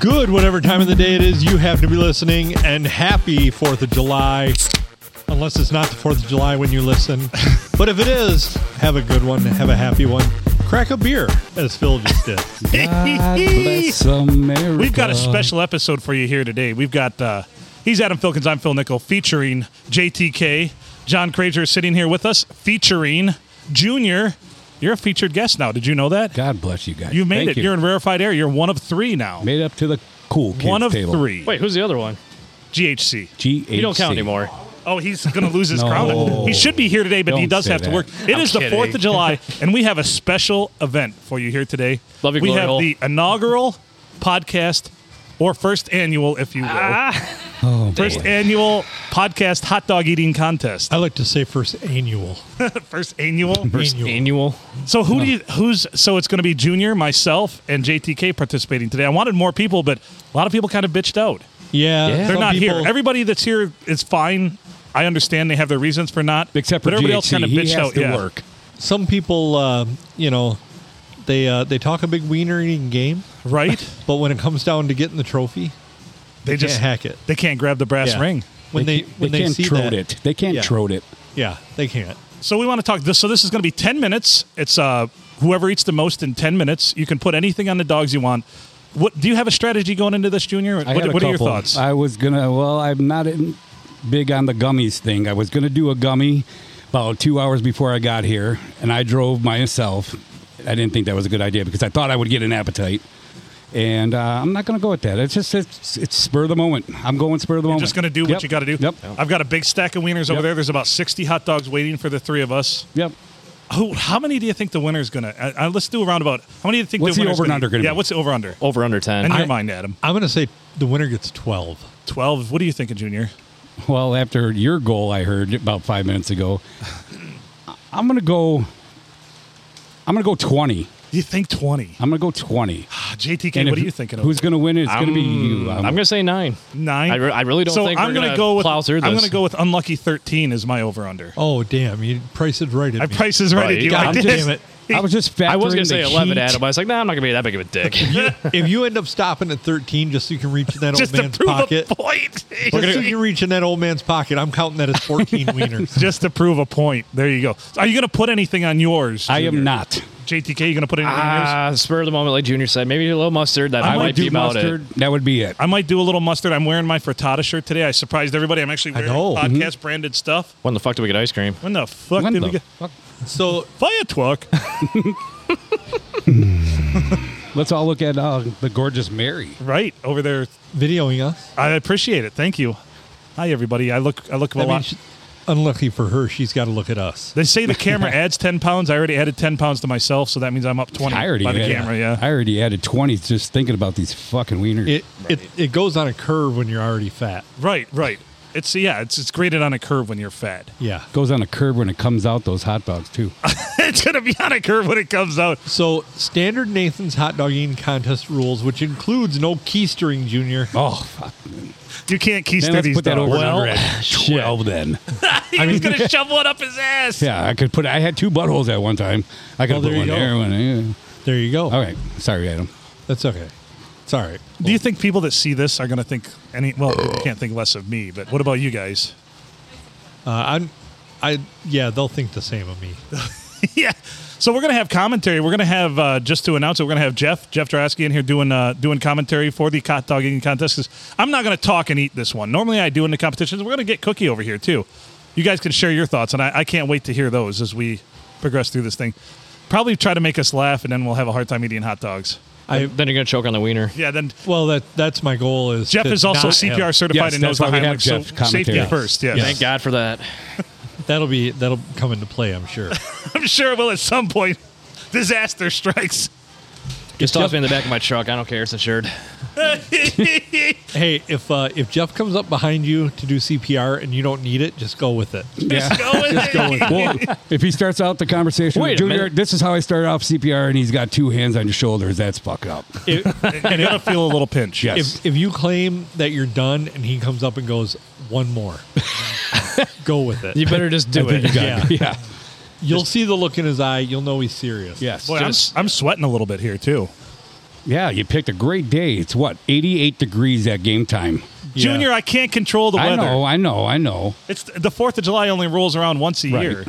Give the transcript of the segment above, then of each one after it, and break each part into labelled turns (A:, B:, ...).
A: Good, whatever time of the day it is, you have to be listening, and happy 4th of July. Unless it's not the 4th of July when you listen. But if it is, have a good one, have a happy one. Crack a beer, as Phil just did.
B: bless America.
C: We've got a special episode for you here today. We've got uh, he's Adam Filkins, I'm Phil Nickel, featuring JTK. John Crager is sitting here with us, featuring Junior. You're a featured guest now. Did you know that?
B: God bless you guys.
C: You've made
B: Thank
C: it. You. are in rarefied air. You're one of three now.
B: made up to the cool kids
C: one of
B: table.
C: three.
D: Wait, who's the other one?
C: GHC.
B: GHC.
D: You don't count anymore.
C: Oh, he's going to lose his
B: No.
C: crown. He should be here today, but he
B: Don't
C: does
B: say
C: have to
B: that.
C: work. It is
D: I'm
C: the
D: kidding.
C: 4th of July, and we have a special event for you here today.
D: Love you,
C: we
D: glory
C: have
D: hole.
C: the inaugural podcast, or first annual, if you will. Ah.
B: Oh,
C: First
B: boy.
C: annual podcast hot dog eating contest.
A: I like to say first annual.
C: First annual.
A: First
D: Annual.
C: So who do you who's so it's going to be Junior, myself, and JTK participating today. I wanted more people, but a lot of people kind of bitched out.
A: Yeah.
D: Yeah.
C: They're
A: some
C: not
A: people-
C: here. Everybody that's here is fine. I understand they have their reasons for not,
B: Except for
C: but everybody else
B: GHC.
C: kind of
B: he
C: bitched
B: has
C: out.
B: to
C: yeah.
B: work.
A: some people, uh, you know, they uh, they talk a big wiener eating game,
C: right?
A: but when it comes down to getting the trophy,
C: They
A: can't
C: just
A: hack it.
C: They can't grab the brass
A: Yeah.
C: ring.
A: When they,
B: ca-
A: when they,
B: can't
A: see that,
B: trode it. They can't
A: Yeah.
B: trode it.
A: yeah, they can't.
C: So we want to talk this. So this is going to be ten minutes. It's uh, whoever eats the most in ten minutes. You can put anything on the dogs you want. What do you have a strategy going into this, Junior?
B: I
C: what
B: had a
C: what are your
B: couple.
C: thoughts?
B: I was gonna. Well, I'm not in, big on the gummies thing. I was gonna do a gummy about two hours before I got here, and I drove myself. I didn't think that was a good idea because I thought I would get an appetite, and uh, I'm not gonna go with that. It's just it's, it's spur of the moment. I'm going spur of the moment.
C: just going to do what
B: Yep.
C: you got to do.
B: Yep.
C: I've got a big stack of wieners over
B: Yep.
C: there. There's about 60 hot dogs waiting for the three of us.
B: Yep.
C: Who, how many do you think the winner's going to? Uh, uh, let's do a roundabout. How many do you think
B: What's
C: the
B: the
C: winner's
B: over and
C: gonna-
B: under gonna
C: Yeah,
B: be?
C: what's the over under?
D: Over under
C: In
D: 10.
C: your mind, Adam.
A: I'm going to say the winner gets 12.
C: 12. What are you thinking, Junior?
B: Well, after your goal, I heard about five minutes ago. I'm gonna go. I'm gonna go twenty.
C: You think 20.
B: I'm gonna go twenty.
C: Ah, JTK,
B: And
C: what
B: if-
C: are you thinking of?
B: Who's gonna win? It's gonna be you.
D: I'm going to say nine.
C: Nine.
D: I re- I really don't
C: so
D: think
C: I'm
D: we're
C: gonna
D: gonna
C: go with,
D: plow through
C: I'm
D: this.
C: going to go with unlucky 13 as my over under.
A: Oh, damn. You price it right at
C: I
A: me.
C: prices right, at you.
D: God
C: I did.
A: damn it.
B: I was just factoring
D: I was going to say
B: the
D: 11,
B: heat.
D: Adam. I was like, nah, I'm not going to be that big of a dick.
A: if you end up stopping at 13 just so you can reach in that
C: Just
A: old
C: to
A: man's
C: prove
A: pocket,
C: a point.
A: just so you can reach in that old man's pocket, I'm counting that as 14 wieners.
C: Just to prove a point. There you go. Are you going to put anything on yours?
B: I am
C: Junior?
B: not.
C: JTK, you going to put anything on yours?
D: Ah, spur of the moment, like Junior said. Maybe a little mustard. That
B: I,
D: might
B: would
D: be
B: do
D: about
B: mustard. That would be it.
C: I might do a little mustard. I'm wearing my frittata shirt today. I surprised everybody. I'm actually wearing
A: know.
C: podcast branded stuff.
D: it. When the fuck do we get ice cream?
C: When the fuck
B: When
C: did
B: the
C: we get
B: fuck-
A: So
C: fire truck?
B: Let's all look at uh, the gorgeous Mary.
C: right over there.
A: videoing us.
C: I appreciate it. Thank you. Hi everybody. I look I look a
A: I mean,
C: lot.
A: she, unlucky for her, she's got to look at us.
C: they say the camera adds ten pounds. I already added ten pounds to myself, so that means I'm up twenty
B: I already
C: by the
B: added-
C: camera. Yeah.
B: I already added twenty just thinking about these fucking wieners.
A: It, it, it goes on a curve when you're already fat.
C: right. Right. It's yeah. It's it's graded on a curve when you're fat.
A: Yeah.
B: goes on a curb when it comes out. Those hot dogs too.
C: it's gonna be on a curve when it comes out.
A: So standard Nathan's hot dog eating contest rules, which includes no keistering, Junior.
B: Oh, fuck.
C: You can't
B: Then
C: keister
B: let's
C: these
B: put that
C: dogs.
B: over and
C: well,
B: under at twelve. Then,
C: he was gonna shove one up his ass.
B: yeah, I could put. I had two buttholes at one time. I could
A: Well,
B: put
A: there
B: one
A: you go.
B: there. One, yeah.
A: There you go.
B: All right, sorry, Adam.
A: That's okay. It's all right.
C: Do you think people that see this are going to think any? Well, they can't think less of me. But what about you guys?
A: Uh, I'm, I yeah, they'll think the same of me.
C: yeah. So we're going to have commentary. We're going to have uh, just to announce it. We're going to have Jeff Jeff Drasky in here doing uh, doing commentary for the hot dog eating contest. Cause I'm not going to talk and eat this one. Normally I do in the competitions. We're going to get Cookie over here too. You guys can share your thoughts, and I, I can't wait to hear those as we progress through this thing. Probably try to make us laugh, and then we'll have a hard time eating hot dogs.
A: I
D: Then you're going to choke on the wiener.
C: Yeah. Then
A: well, that that's my goal is
C: Jeff
A: to
C: is also
A: not
C: CPR
A: have-
C: certified
B: Yes,
C: and knows
B: that's
C: the
B: why we
C: high
B: have
C: links. So
B: Jeff commentary.
C: safety
B: Yes.
C: first. Yes.
D: Thank God for that.
A: That'll be that'll come into play, I'm sure.
C: I'm sure it will at some point. Disaster strikes.
D: Just toss me in the back of my truck. I don't care. It's insured.
A: hey, if uh, if Jeff comes up behind you to do CPR and you don't need it, just go with it.
B: Yeah.
C: Go with it.
B: Well, if he starts out the conversation,
D: Wait a
B: Junior,
D: minute.
B: this is how I started off CPR, and he's got two hands on your shoulders. That's fucked up.
C: You're gonna feel a little pinch.
B: Yes.
A: If if you claim that you're done and he comes up and goes one more, go with it.
D: You better just do it.
A: Yeah.
B: yeah.
A: You'll see the look in his eye. You'll know he's serious.
B: Yes.
C: Boy, I'm, I'm sweating a little bit here too.
B: Yeah, you picked a great day. It's what, 88 degrees at game time.
A: Yeah.
C: Junior, I can't control the
B: I
C: weather.
B: know, I know, I know.
C: It's the Fourth of July only rolls around once a
B: Right.
C: year.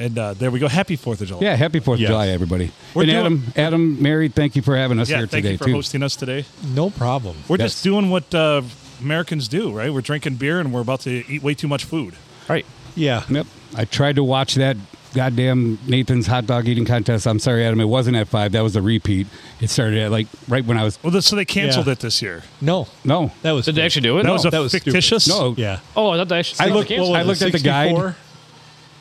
C: And uh, there we go. Happy Fourth of July.
B: Yeah, happy 4th of
A: Yes.
B: July, everybody.
C: We're
B: and
C: doing-
B: Adam, Adam, Mary, thank you for having us
C: Yeah,
B: here
C: thank
B: today,
C: you for
B: too.
C: hosting us today.
A: No problem.
C: We're
B: Yes.
C: just doing what uh, Americans do, right? We're drinking beer and we're about to eat way too much food.
D: Right.
A: Yeah.
B: Yep. I tried to watch that goddamn Nathan's hot dog eating contest. I'm sorry, Adam. It wasn't at five. That was a repeat. It started at like right when I was.
C: Well, th- so they canceled
A: Yeah.
C: it this year.
A: No.
B: No.
A: That was
D: Did they actually do it?
C: That was a
A: that was stupid.
C: fictitious.
B: No.
A: Yeah.
D: Oh, I thought they actually.
B: I looked-
D: they
B: well,
D: canceled
B: I
D: it.
B: looked at the guide.
A: 64?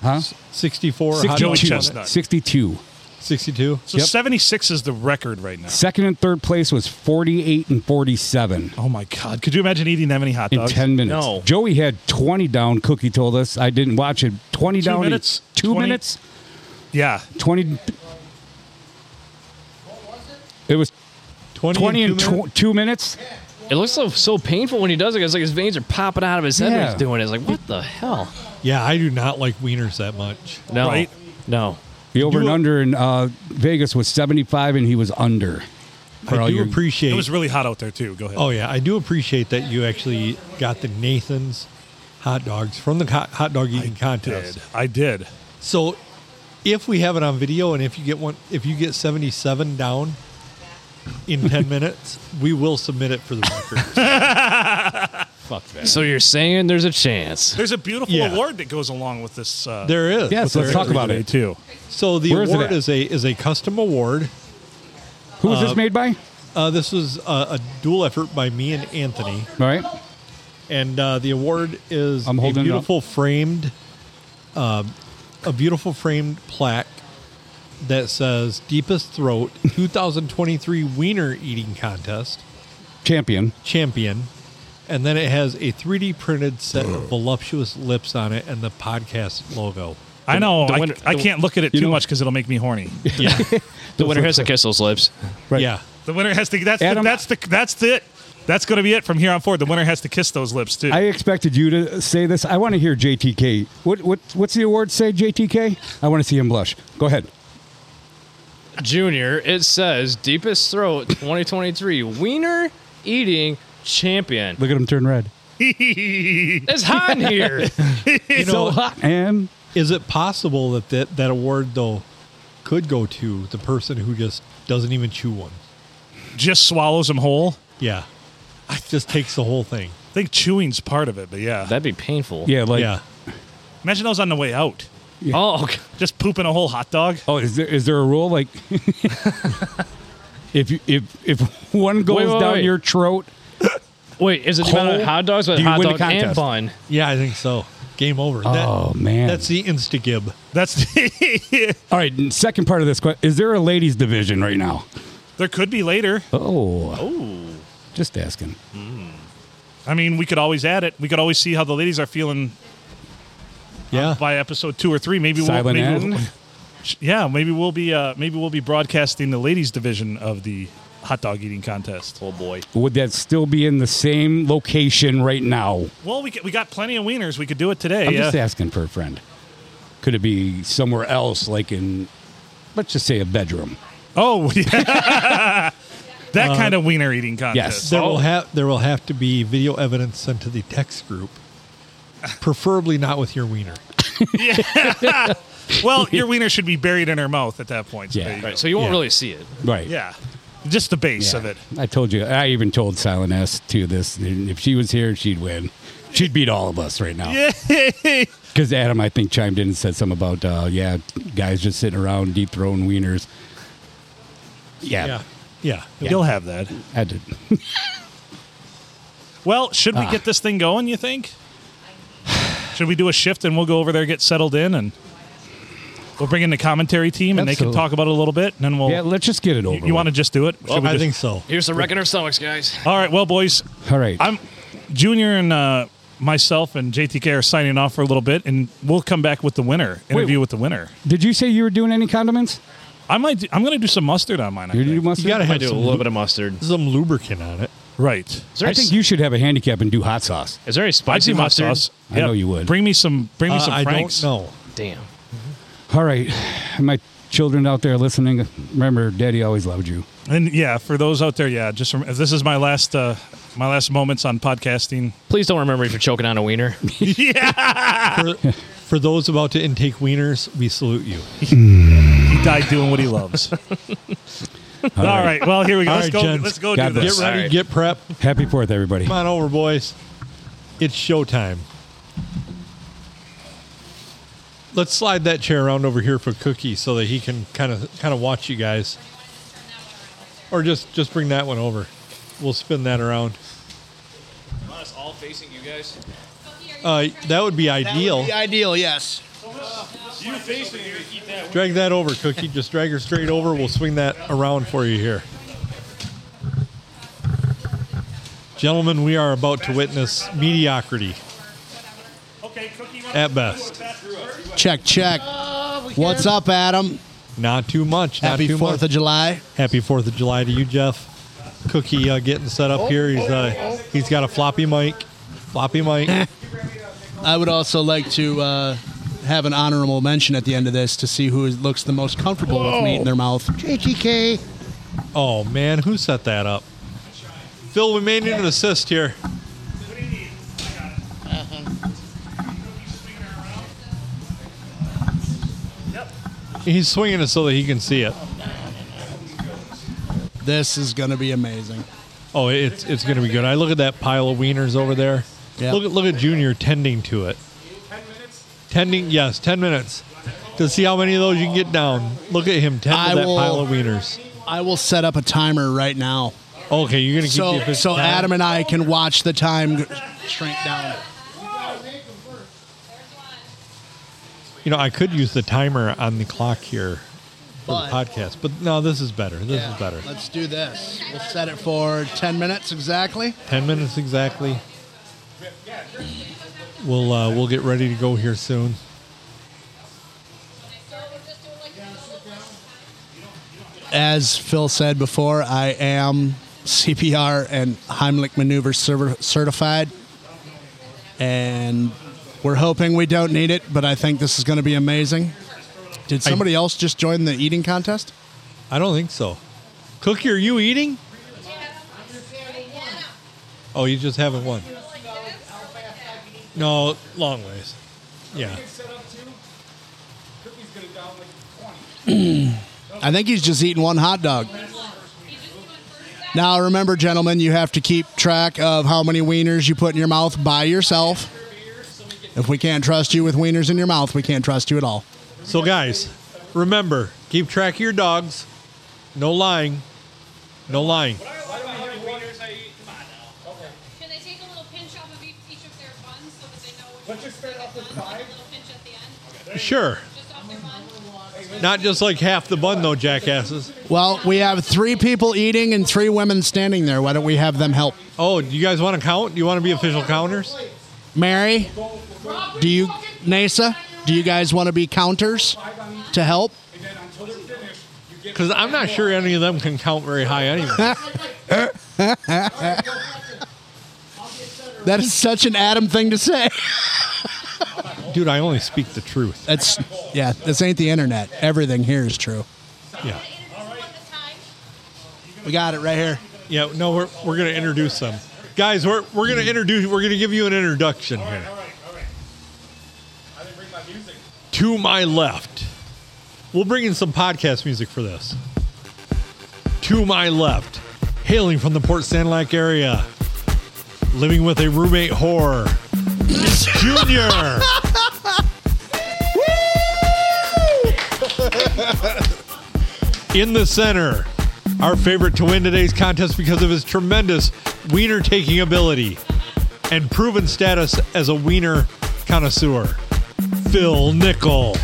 B: Huh?
A: 64. hot
C: Joey
A: dogs.
C: Chestnut.
B: 62.
A: 62.
C: So
B: Yep.
C: 76 is the record right now.
B: Second and third place was 48 and 47
C: Oh my God! Could you imagine eating that many hot
B: in
C: dogs?
B: 10 minutes.
D: No.
B: Joey had 20 down, Cookie told us. I didn't watch it. 20 down. in
C: minutes?
B: Two
C: 20?
B: minutes?
C: Yeah,
B: 20. What was it? It was
A: 20,
B: 20
A: in
B: and
A: two
B: tw-
A: minutes?
B: two minutes?
D: It looks so, so painful when he does it. It's like his veins are popping out of his head. when
B: Yeah.
D: He's doing it. It's like what the hell?
A: Yeah, I do not like wieners that much.
D: No.
C: Right?
D: No.
B: The
A: do
B: over and
A: a-
B: under in uh, Vegas was 75, and he was under. For
A: I
B: all
A: do
B: your-
A: appreciate
C: it was really hot out there too. Go ahead.
A: Oh yeah, I do appreciate that you actually got the Nathan's hot dogs from the co- hot dog eating contest.
C: did. I did.
A: So if we have it on video and if you get one if you get 77 down in 10 minutes, we will submit it for the record.
B: Fuck that.
D: So you're saying there's a chance?
C: There's a beautiful
A: Yeah.
C: award that goes along with this. Uh,
A: There is.
B: Yes,
A: There
B: let's talk
A: is.
B: about
C: today,
B: it.
C: too.
A: So the
B: Where is it
A: award
B: at?
A: is a is a custom award.
B: Who was this made by? All
A: Uh, this was a, a dual effort by me and Anthony,
B: right.
A: and uh, the award is
B: I'm
A: a
B: holding it up.
A: beautiful framed, uh, a beautiful framed plaque that says "Deepest Throat 2023 Wiener Eating Contest."
B: Champion.
A: champion and then it has a 3d printed set of voluptuous lips on it and the podcast logo
C: I know.
D: the
C: I,
D: winner-
C: I
D: the-
C: can't look at it
B: you
C: too
B: know-
C: much because it'll make me horny.
A: yeah
D: The winner has to kiss those lips.
B: Right.
A: yeah
C: The winner has to. That's
B: Adam-
C: the, that's the that's the it. That's going to be it from here on forward. The winner has to kiss those lips too.
B: I expected you to say this. I want to hear JTK. What, what What's the award say, JTK? I want to see him blush. Go ahead.
D: Junior, it says deepest throat 2023 wiener eating champion.
B: Look at him turn red.
D: It's hot in here.
A: you know
B: And
A: is it possible that, that that award though could go to the person who just doesn't even chew one
C: Just swallows them whole.
A: yeah i just takes the whole thing
C: I think chewing's part of it, but yeah.
D: That'd be painful.
B: yeah, like
A: yeah
C: Imagine those on the way out,
D: Oh, okay.
C: just pooping a whole hot dog.
B: oh, is there is there a rule like if you, if if one goes
D: wait,
B: down
D: wait.
B: your throat,
D: wait, is it the
B: Whole-
D: amount of hot dogs, but
B: Do you
D: hot
B: win the
D: dog and
B: contest?
D: bun?
A: yeah i think so game over That-
B: oh man,
A: that's the instagib
C: That's
B: all right. and Second part of this question: Is there a ladies division right now?
C: there could be later.
B: Oh. Just asking.
C: I mean, we could always add it. We could always see how the ladies are feeling
A: yeah
C: by episode two or three. Maybe
B: Silent
C: we'll, maybe
B: N.
C: we'll- yeah, maybe we'll be uh, maybe we'll be broadcasting the ladies division of the hot dog eating contest.
D: Oh boy.
B: Would that still be in the same location right now?
C: Well, we, c- we got plenty of wieners. We could do it today.
B: I'm
C: yeah.
B: just asking for a friend. Could it be somewhere else, like in, let's just say a bedroom?
C: Oh, yeah. that kind of wiener eating contest.
B: Uh, yes.
A: there
D: Oh.
A: will have there will have to be video evidence sent to the text group preferably not with your wiener
C: Well, your wiener should be buried in her mouth at that point. So
B: Yeah.
C: there you
D: Right,
C: go.
D: so you won't
A: Yeah.
D: really see it.
B: Right.
C: yeah. Just the base
B: Yeah.
C: of it.
B: I told you. I even told Silent S to this. and If she was here, she'd win. She'd beat all of us right now.
C: Yeah.
B: Because Adam, I think, chimed in and said something about, uh, yeah, guys just sitting around deep throwing wieners. Yeah.
A: yeah yeah
C: You'll have that.
B: I did.
C: Well, should we
B: Ah.
C: get this thing going, you think? Should we do a shift and we'll go over there, get settled in, and we'll bring in the commentary team and they can
B: Absolutely.
C: talk about it a little bit, and then we'll.
B: yeah, let's just get it over.
C: you want to
B: with.
C: just do it? Should we
A: i
C: just-
A: think so
D: Here's the wreck in our stomachs, guys.
C: All right, well, boys,
B: All right.
C: I'm Junior and uh, myself and JTK are signing off for a little bit, and we'll come back with the winner interview with the winner.
B: Did you say you were doing any condiments?
C: I might. Do, I'm going to do some mustard on mine. I
B: You do
C: think.
B: mustard?
A: you gotta
D: I
A: have
D: do a
A: some
D: little bit of mustard.
A: some lubricant on it.
C: right.
D: Is there,
B: I
D: any,
B: think you should have a handicap and do hot sauce.
D: is there any
C: I
D: spicy
C: do hot
D: mustard?
C: sauce.
B: I know you would.
C: Bring me some. Bring me
A: Uh,
C: some
A: I
C: Franks.
A: don't know.
D: Damn.
B: All right. My children out there listening, remember, Daddy always loved you.
C: And yeah, for those out there, yeah, just rem- this is my last uh, my last moments on podcasting.
D: Please don't remember if you're choking on a wiener.
A: For, for those about to intake wieners, we salute you.
C: He died doing what he loves. All right. Well, here we go.
A: All
C: Let's
A: right,
C: go.
A: gents.
C: Let's go
B: God
C: do this.
A: Get
B: bless.
A: ready,
D: All right.
A: get prep.
B: Happy Fourth, everybody.
A: Come on over, boys. It's showtime. Let's slide that chair around over here for Cookie so that he can kind of kind of watch you guys. Or just just bring that one over. We'll spin that around.
D: Us all facing you guys.
A: Uh, that would be ideal.
E: ideal, yes.
A: Drag that over, Cookie. Just drag her straight over. We'll swing that around for you here. Gentlemen, we are about to witness mediocrity
C: Okay, cookie.
A: at best.
E: Check, check. What's up, Adam?
A: Not too much. Not
E: Happy
A: too much.
E: Fourth of July.
A: Happy Fourth of July to you, Jeff. Cookie uh, getting set up here. He's uh, he's got a floppy mic. Floppy mic.
E: I would also like to uh, have an honorable mention at the end of this to see who is- looks the most comfortable with meat in their mouth.
F: JTK.
A: Oh man, who set that up? Phil, we may need an assist here. He's swinging it so that he can see it.
E: This is going to be amazing.
A: Oh, it's it's gonna be good. I look at that pile of wieners over there.
E: Yeah.
A: Look at look at Junior tending to it. Ten minutes. Tending, yes, ten minutes. To see how many of those you can get down. Look at him tend
E: I
A: to that
E: will-
A: pile of wieners.
E: I will set up a timer right now,
A: Okay, you're gonna keep the
E: so
A: official
E: so
A: time?
E: Adam and I can watch the time g- shrink down.
A: You know, I could use the timer on the clock here for
E: But-
A: the podcast, but no, this is better. This is better.
E: Let's do this. We'll set it for ten minutes exactly.
A: Ten minutes exactly. We'll uh, we'll get ready to go here soon.
E: As Phil said before, I am CPR and Heimlich maneuver server certified, and we're hoping we don't need it. But I think this is going to be amazing. Did somebody else just join the eating contest?
A: I don't think so. Cookie, are you eating? Oh, you just haven't won. No, long ways. Yeah.
E: I think he's just eating one hot dog. Now, remember, gentlemen, you have to keep track of how many wieners you put in your mouth by yourself. If we can't trust you with wieners in your mouth, we can't trust you at all.
A: So guys, remember, keep track of your dogs. No lying. No lying.
G: Can they take a little pinch off of each, each of their buns so that they know which Let's just start off with five. A little pinch at the end,
A: Sure.
G: just off their bun.
A: Not just like half the bun though, jackasses.
E: Well, we have three people eating and three women standing there. Why don't we have them help?
A: Oh, do you guys want to count? Do you want to be official counters?
E: Mary, do you, NASA, do you guys want to be counters to help?
A: Because I'm not sure any of them can count very high anyway.
E: That is such an Adam thing to say.
A: Dude, I only speak the truth.
E: That's, yeah, this ain't the internet. Everything here is true.
A: Yeah.
E: We got it right here.
A: Yeah, no, we're, we're going to introduce them. Guys, we're, we're going to introduce, we're going to give you an introduction here. To my left, we'll bring in some podcast music for this. To my left, hailing from the Port Sanilac area, living with a roommate whore, it's Junior. in the center. Our favorite to win today's contest because of his tremendous wiener taking ability and proven status as a wiener connoisseur, Phil Nickel.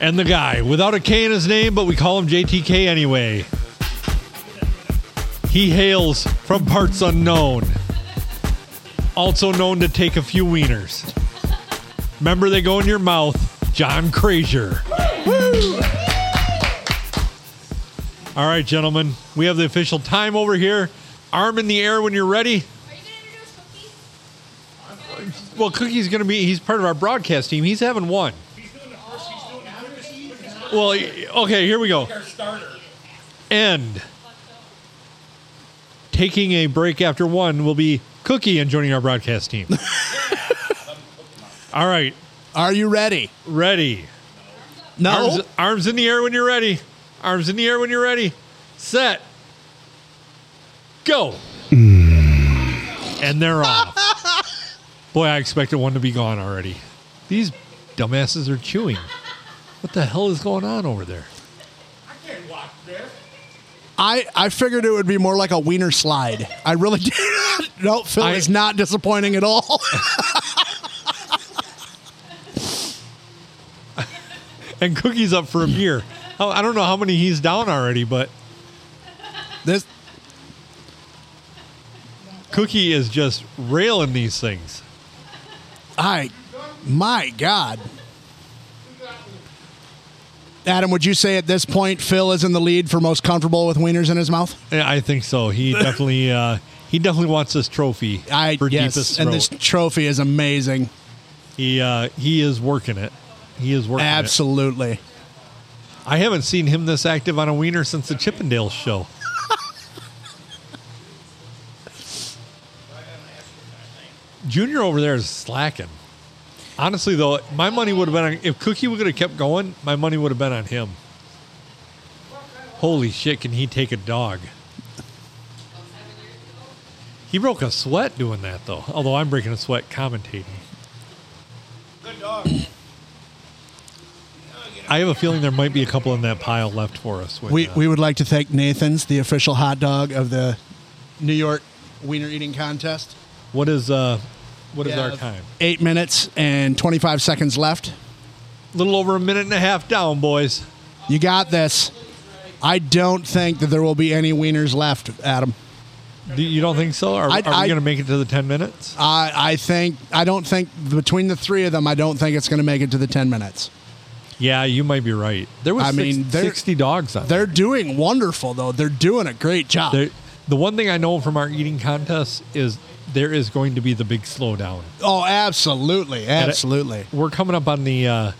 A: And the guy without a K in his name, but we call him JTK anyway. He hails from parts unknown, also known to take a few wieners. Remember, they go in your mouth. John Crazier. All right, gentlemen, we have the official time over here. Arm in the air when you're ready. Well, Cookie's going to be, he's part of our broadcast team. He's having one. Well, y- okay, here we go. End. Taking a break after one will be Cookie and joining our broadcast team. All right,
E: Are you ready?
A: ready. Arms, arms in the air when you're ready. Arms in the air when you're ready. Set. Go. And they're off. Boy, I expected one to be gone already. These dumbasses are chewing. What the hell is going on over there?
E: I, I figured it would be more like a wiener slide. I really did. no, Phil
A: I-
E: is not disappointing at all.
A: And Cookie's up for a beer. Oh, I don't know how many he's down already, but
E: this
A: Cookie is just railing these things.
E: I my God. Adam, would you say at this point Phil is in the lead for most comfortable with wieners in his mouth?
A: Yeah, I think so. He definitely uh, he definitely wants this trophy
E: I
A: for
E: yes,
A: deepest
E: and
A: throat.
E: this trophy is amazing.
A: He uh, he is working it. He is working
E: Absolutely.
A: it. I haven't seen him this active on a wiener since the Chippendales show. Junior over there is slacking. Honestly, though, my money would have been on, if Cookie would have kept going. My money would have been on him. Holy shit! Can he take a dog? He broke a sweat doing that, though. Although I'm breaking a sweat commentating. I have a feeling there might be a couple in that pile left for us. With,
E: We
A: uh,
E: we would like to thank Nathan's, the official hot dog of the New York Wiener Eating Contest.
A: what is uh, what is
E: Yeah.
A: our time?
E: Eight minutes and twenty five seconds left.
A: A little over a minute and a half down, boys.
E: You got this. I don't think that there will be any wieners left, Adam.
A: Do, you don't think so? Are,
E: I-
A: are
E: I-
A: we going to make it to the ten minutes?
E: I, I think I don't think between the three of them, I don't think it's going to make it to the ten minutes.
A: Yeah, you might be right. There was
E: I
A: six-
E: mean, they're-
A: sixty dogs on there.
E: They're doing wonderful though. They're doing a great job.
A: There- The one thing I know from our eating contest is there is going to be the big slowdown.
E: oh, absolutely,
A: it.
E: absolutely.
A: We're coming up on the uh,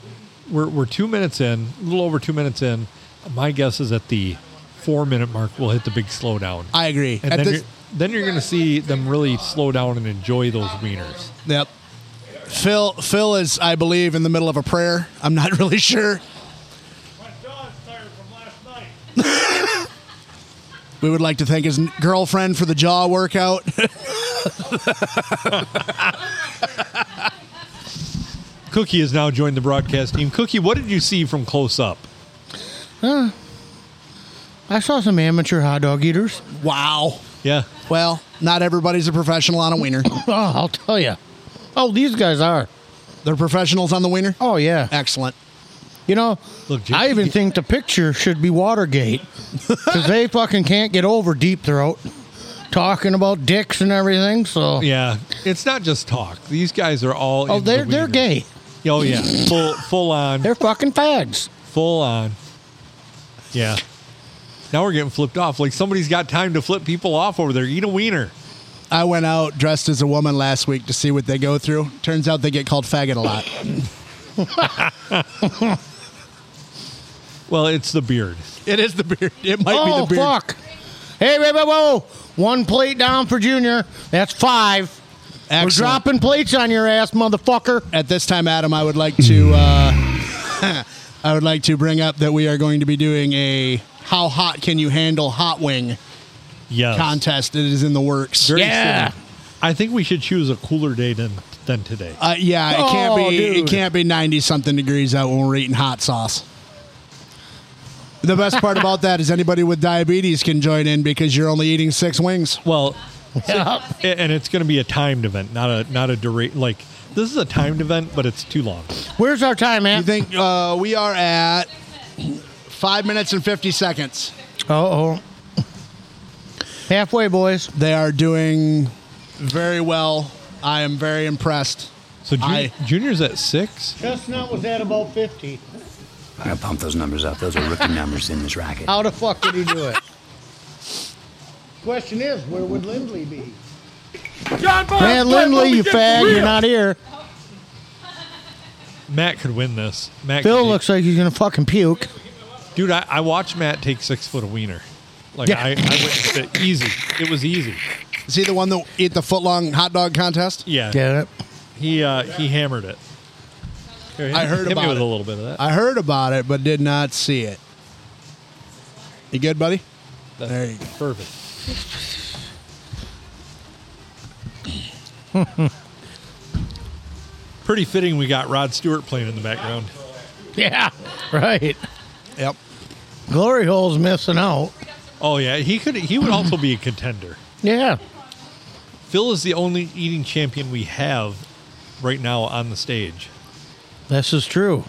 A: we're we're two minutes in, a little over two minutes in. My guess is at the four minute mark we'll hit the big slowdown.
E: I agree.
A: And
E: At
A: then,
E: this-
A: you're, then you're going to see them really slow down and enjoy those wieners.
E: Yep. Phil Phil is, I believe, in the middle of a prayer. I'm not really sure.
C: My jaw's tired from last night.
E: We would like to thank his n- girlfriend for the jaw workout.
A: Cookie has now joined the broadcast team. Cookie, what did you see from close up?
F: I saw some amateur hot dog eaters.
E: wow.
A: Yeah.
E: Well, not everybody's a professional on a wiener.
F: Oh, I'll tell you. Oh, these guys are.
E: They're professionals on the wiener.
F: Oh yeah.
E: Excellent.
F: You know,
A: Look, Jim-
F: I even think the picture should be Watergate because they fucking can't get over deep throat, talking about dicks and everything. So
A: Yeah. It's not just talk. These guys are all.
F: oh,
A: into
F: they're they're
A: wieners.
F: gay.
A: Oh, yeah. Full, full on.
F: They're fucking fags.
A: Full on. Yeah. Now we're getting flipped off. Like somebody's got time to flip people off over there. Eat a wiener.
E: I went out dressed as a woman last week to see what they go through. Turns out they get called faggot a lot.
A: Well, it's the beard.
E: It is the beard. It might
F: oh
E: be the beard.
F: fuck! Hey, wait, wait, whoa! One plate down for Junior. That's five. We're
E: Excellent.
F: dropping plates on your ass, motherfucker.
E: At this time, Adam, I would like to. Uh, I would like to bring up that we are going to be doing a "How hot can you handle hot wing?"
A: Yes.
E: contest. It is in the works.
A: Very
F: Yeah.
A: soon. I think we should choose a cooler day than than today.
E: Uh, yeah, it can't
F: Oh,
E: be. It
F: dude.
E: can't be ninety something degrees out when we're eating hot sauce. The best part about that is anybody with diabetes can join in because you're only eating six wings.
A: Well,
F: Yeah.
A: A- and it's going to be a timed event, not a not a duration. Like this is a timed event, but it's too long.
F: Where's our time,
E: You
F: man?
E: think uh, we are at five minutes and fifty seconds?
F: Uh oh. Halfway, boys.
E: They are doing very well. I am very impressed.
A: So Ju-
E: I-
A: Junior's at six.
F: Chestnut was at about 50.
H: I gotta pump those numbers up. Those are rookie numbers in this racket.
F: How the fuck did he do it? Question is, where would Lindley be? Brad Lindley, you fag, you're not here.
A: Matt could win this. Matt
F: Bill
A: could-
F: looks like he's gonna fucking puke.
A: Dude, I, I watched Matt take six foot of wiener. Like
F: Yeah.
A: I, I witnessed it easy. It was easy.
E: Is he the one that ate the foot long hot dog contest?
A: Yeah,
F: Get it?
A: he uh, he hammered it. Here, hit-
E: I
A: hit
E: heard
A: me
E: about
A: with
E: it.
A: a little bit of that.
E: I heard about it, but did not see it. You good, buddy?
A: That's
E: there you go.
A: perfect. Pretty fitting. We got Rod Stewart playing in the background.
F: Yeah. Right.
E: Yep.
F: Glory hole's missing out.
A: Oh yeah, he could. He would also be a contender.
F: Yeah.
A: Phil is the only eating champion we have right now on the stage.
F: This is true.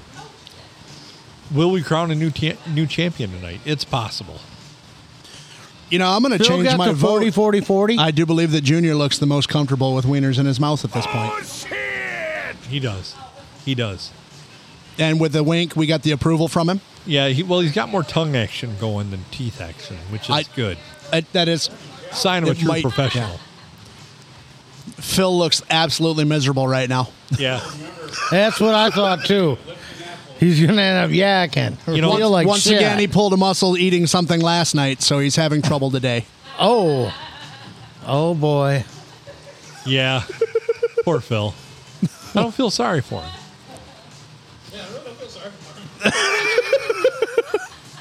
A: Will we crown a new ta- new champion tonight? It's possible.
E: You know, I'm going to
F: Bill
E: change
F: got
E: my
F: the
E: vote.
F: 40, 40, 40.
E: I do believe that Junior looks the most comfortable with wieners in his mouth at this point.
A: He does. He does.
E: And with the wink, we got the approval from him.
A: Yeah. He, well, he's got more tongue action going than teeth action, which is
E: I-
A: good.
E: That- that is,
A: Sign of a
E: It
A: true
E: might-
A: professional.
E: Phil looks absolutely miserable right now.
A: Yeah.
F: That's what I thought too. He's gonna end up yakking.
A: You know,
F: Feel like
E: Once
F: shit.
E: again, he pulled a muscle eating something last night, so he's having trouble today.
F: oh, oh boy.
A: Yeah. Poor Phil. I don't feel sorry for him.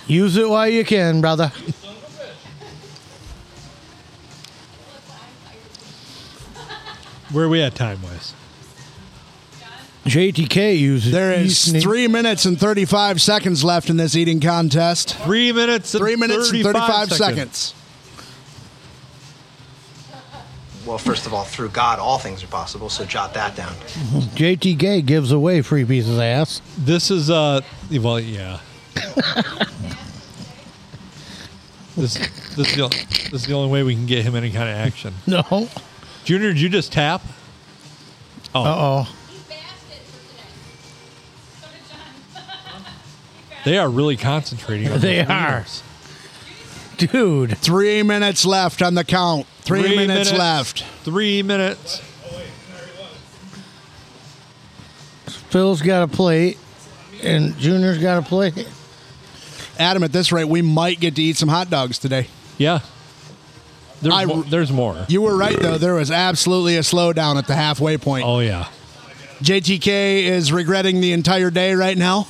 F: Use it while you can, brother.
A: Where are we at time wise?
F: JTK uses. e
E: There is
F: eating-
E: three minutes and 35 seconds left in this eating contest.
A: Three minutes. And
E: Three minutes
A: 35
E: and 35 seconds.
I: Well, first of all, through God, all things are possible, so jot that down.
F: JTK gives away free pieces of ass.
A: This is uh. Well, yeah. this this is, the, this is the only way we can get him any kind of action.
F: No. Uh
A: Junior, did you just tap?
F: oh.
G: He bashed it for today. So did John.
A: They are really concentrating. on
F: They
A: those
F: are.
A: wieners.
F: Dude.
E: Three minutes left on the count. Three, minutes, left.
A: Three minutes.
F: Phil's got a plate, and Junior's got a plate.
E: Adam, at this rate, we might get to eat some hot dogs today.
A: Yeah. There's,
E: I-
A: mo- there's more.
E: You were right, though. There was absolutely a slowdown at the halfway point.
A: Oh yeah.
E: JTK is regretting the entire day right now.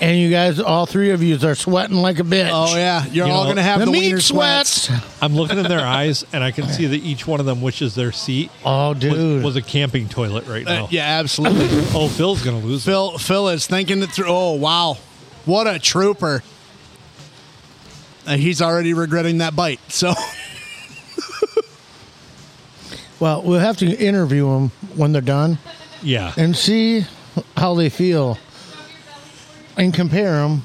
F: And you guys, all three of you, are sweating like a bitch.
E: Oh, yeah. You're
A: You
E: all
A: know,
E: going to have
F: The
E: the,
F: meat
E: wiener sweats.
A: I'm looking in their eyes, and I can see that each one of them wishes their seat
F: Oh, dude.
A: was, was a camping toilet right now.
E: Uh, yeah, absolutely.
A: Oh, Phil's gonna lose. it.
E: Phil, Phil is thinking it through. Oh, wow. What a trooper. Uh, he's already regretting that bite. So,
F: well, we'll have to interview them when they're done.
A: Yeah.
F: and see how they feel and compare them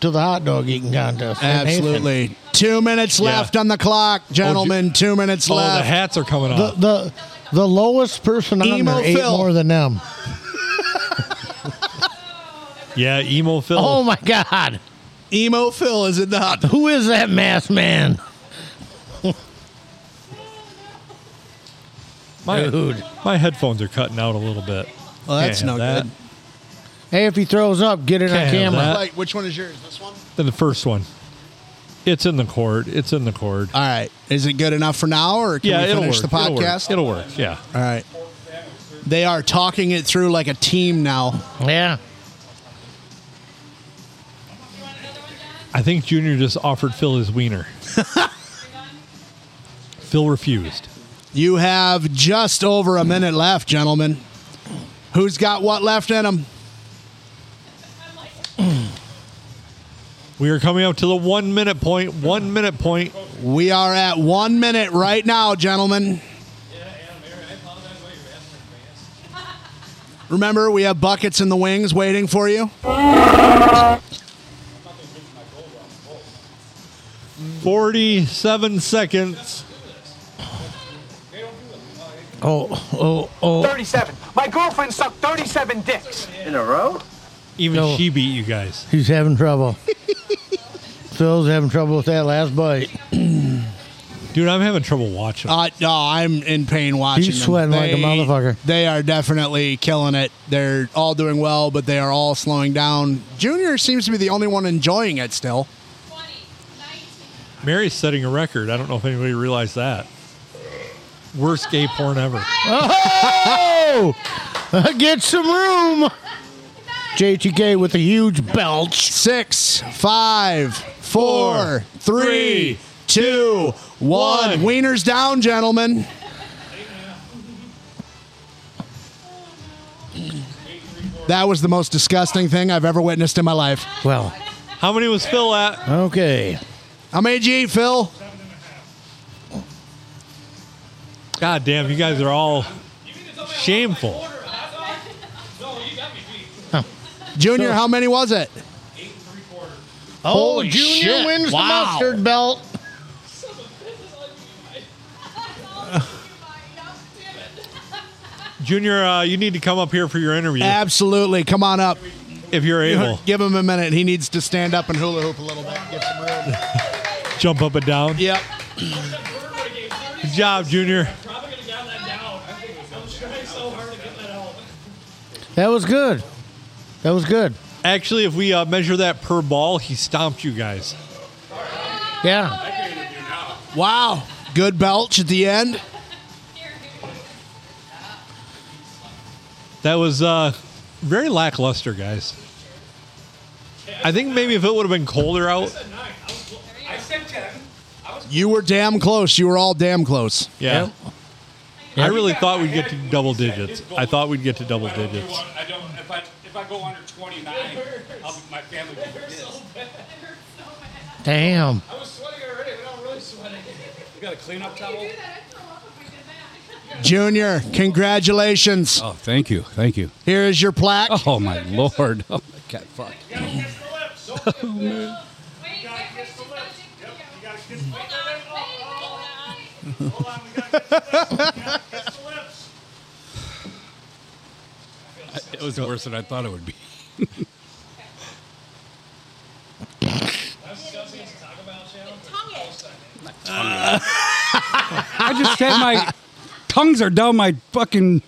F: to the hot dog eating contest.
E: absolutely. Two minutes left on the clock, gentlemen. Two minutes
A: Oh, the
E: left.
A: hats are coming
F: The,
A: off.
F: the the lowest person on
E: Emo
F: there ate
E: Phil.
F: more than them.
A: yeah, emo Phil.
F: Oh my God!
E: Emo Phil is in the hot
F: Who is that masked man?
A: my,
F: Dude.
A: my headphones are cutting out a little bit.
E: Well, that's
A: Can't
E: no
A: have that.
E: good.
F: Hey, if he throws up, get it
A: Can't
F: on
A: have
F: camera.
A: that.
E: Like, which one is yours? This one?
A: Then the first one. It's in the cord. It's in the cord.
E: All right. Is it good enough for now, or Uh, can
A: yeah,
E: we
A: it'll
E: finish
A: work.
E: the podcast?
A: It'll work. It'll work. Yeah.
E: All right. They are talking it through like a team now.
F: Yeah.
A: I think Junior just offered Phil his wiener. Phil refused.
E: You have just over a minute left, gentlemen. Who's got what left in them?
A: We are coming up to the one minute point. One minute point.
E: We are at one minute right now, gentlemen. Remember, we have buckets in the wings waiting for you.
A: Forty-seven seconds.
F: Oh, oh, oh.
J: 37. My girlfriend sucked 37 dicks.
I: In a row?
A: Even
F: No.
A: she beat you guys.
F: He's having trouble. Phil's having trouble with that last bite.
A: Dude, I'm having trouble watching.
E: Uh, no, I'm in pain watching.
F: He's sweating
E: them.
F: like a motherfucker.
E: They are definitely killing it. They're all doing well, but they are all slowing down. Junior seems to be the only one enjoying it still.
A: Mary's setting a record. I don't know if anybody realized that. Worst gay porn ever.
F: Oh! Get some room. JTK with a huge belch.
E: Six, five, four, three, two, one. Wieners down, gentlemen. That was the most disgusting thing I've ever witnessed in my life.
F: Well,
A: How many was Phil at?
F: okay.
E: How many did you eat, Phil?
A: God damn, you guys are all shameful.
E: Junior, how many was it?
F: Oh, Junior
E: shit.
F: wins
E: Wow.
F: the mustard belt.
A: Junior, uh, you need to come up here for your interview
E: Uh, Absolutely. Come on up.
A: if you're able.
E: Give him a minute. He needs to stand up and hula hoop a little bit. Get some room.
A: Jump up and down.
E: Yep.
A: Good job, Junior.
F: That was good. That was good.
A: Actually, if we uh, measure that per ball, he stomped you guys.
F: Yeah.
E: Wow. Good belch at the end.
A: That was uh, very lackluster, guys. I think maybe if it would have been colder out,
E: You were damn close. You were all damn close.
A: yeah. I really thought we'd get to double digits. I thought we'd get to double digits.
K: I don't. If I if I go under 29, I'll, be- my family will be pissed.
F: Damn.
K: I was sweating already, but I'm really sweating. You got a cleanup towel?
E: Junior, congratulations.
B: Oh, thank you, thank you.
E: Here is your plaque.
B: Oh my lord. Oh my god. Fuck.
G: Wait, wait, wait, she's got a big video. Hold on, wait, hold on.
B: It was worse than I thought it would be.
G: Tongue it.
B: I just had my tongues are down my fucking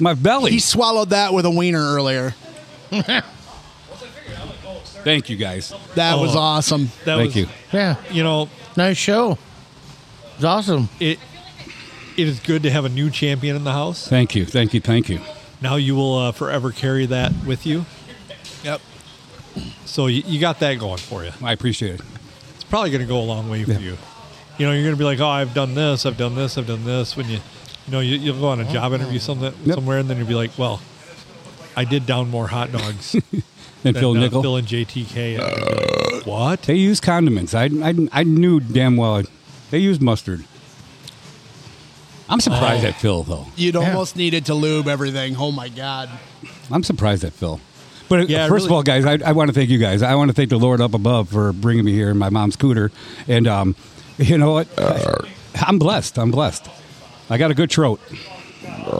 B: my belly.
E: He swallowed that with a wiener earlier.
B: Thank you guys.
E: That was
A: Oh.
E: awesome.
A: That
B: Thank
A: was,
B: you.
F: Yeah.
A: You know,
F: Nice show. It's awesome.
A: it it is good to have a new champion in the house.
B: Thank you. Thank you. Thank you.
A: Now you will uh, forever carry that with you.
E: Yep.
A: So you, you got that going for you.
B: I appreciate it.
A: It's probably going to go a long way for
B: Yeah.
A: you. You know, you're going to be like, oh, I've done this, I've done this, I've done this. When you, you know, you, you'll go on a job interview something,
B: Oh. Yep.
A: somewhere, and then you'll be like, well, I did down more hot dogs
B: And
A: than
B: Phil
A: uh,
B: Nickel.
A: Phil and JTK. And you'll be like, what?
B: They use condiments. I, I, I knew damn well they used mustard. I'm surprised
A: Oh.
B: at Phil though.
E: You'd almost needed to lube everything. Oh my God.
B: I'm surprised at Phil. But uh,
A: Yeah,
B: first of
A: really-
B: all, guys, I, I want to thank you guys. I want to thank the Lord up above for bringing me here in my mom's cooter. And um, you know what? I, am blessed. I'm blessed. I got a good throat.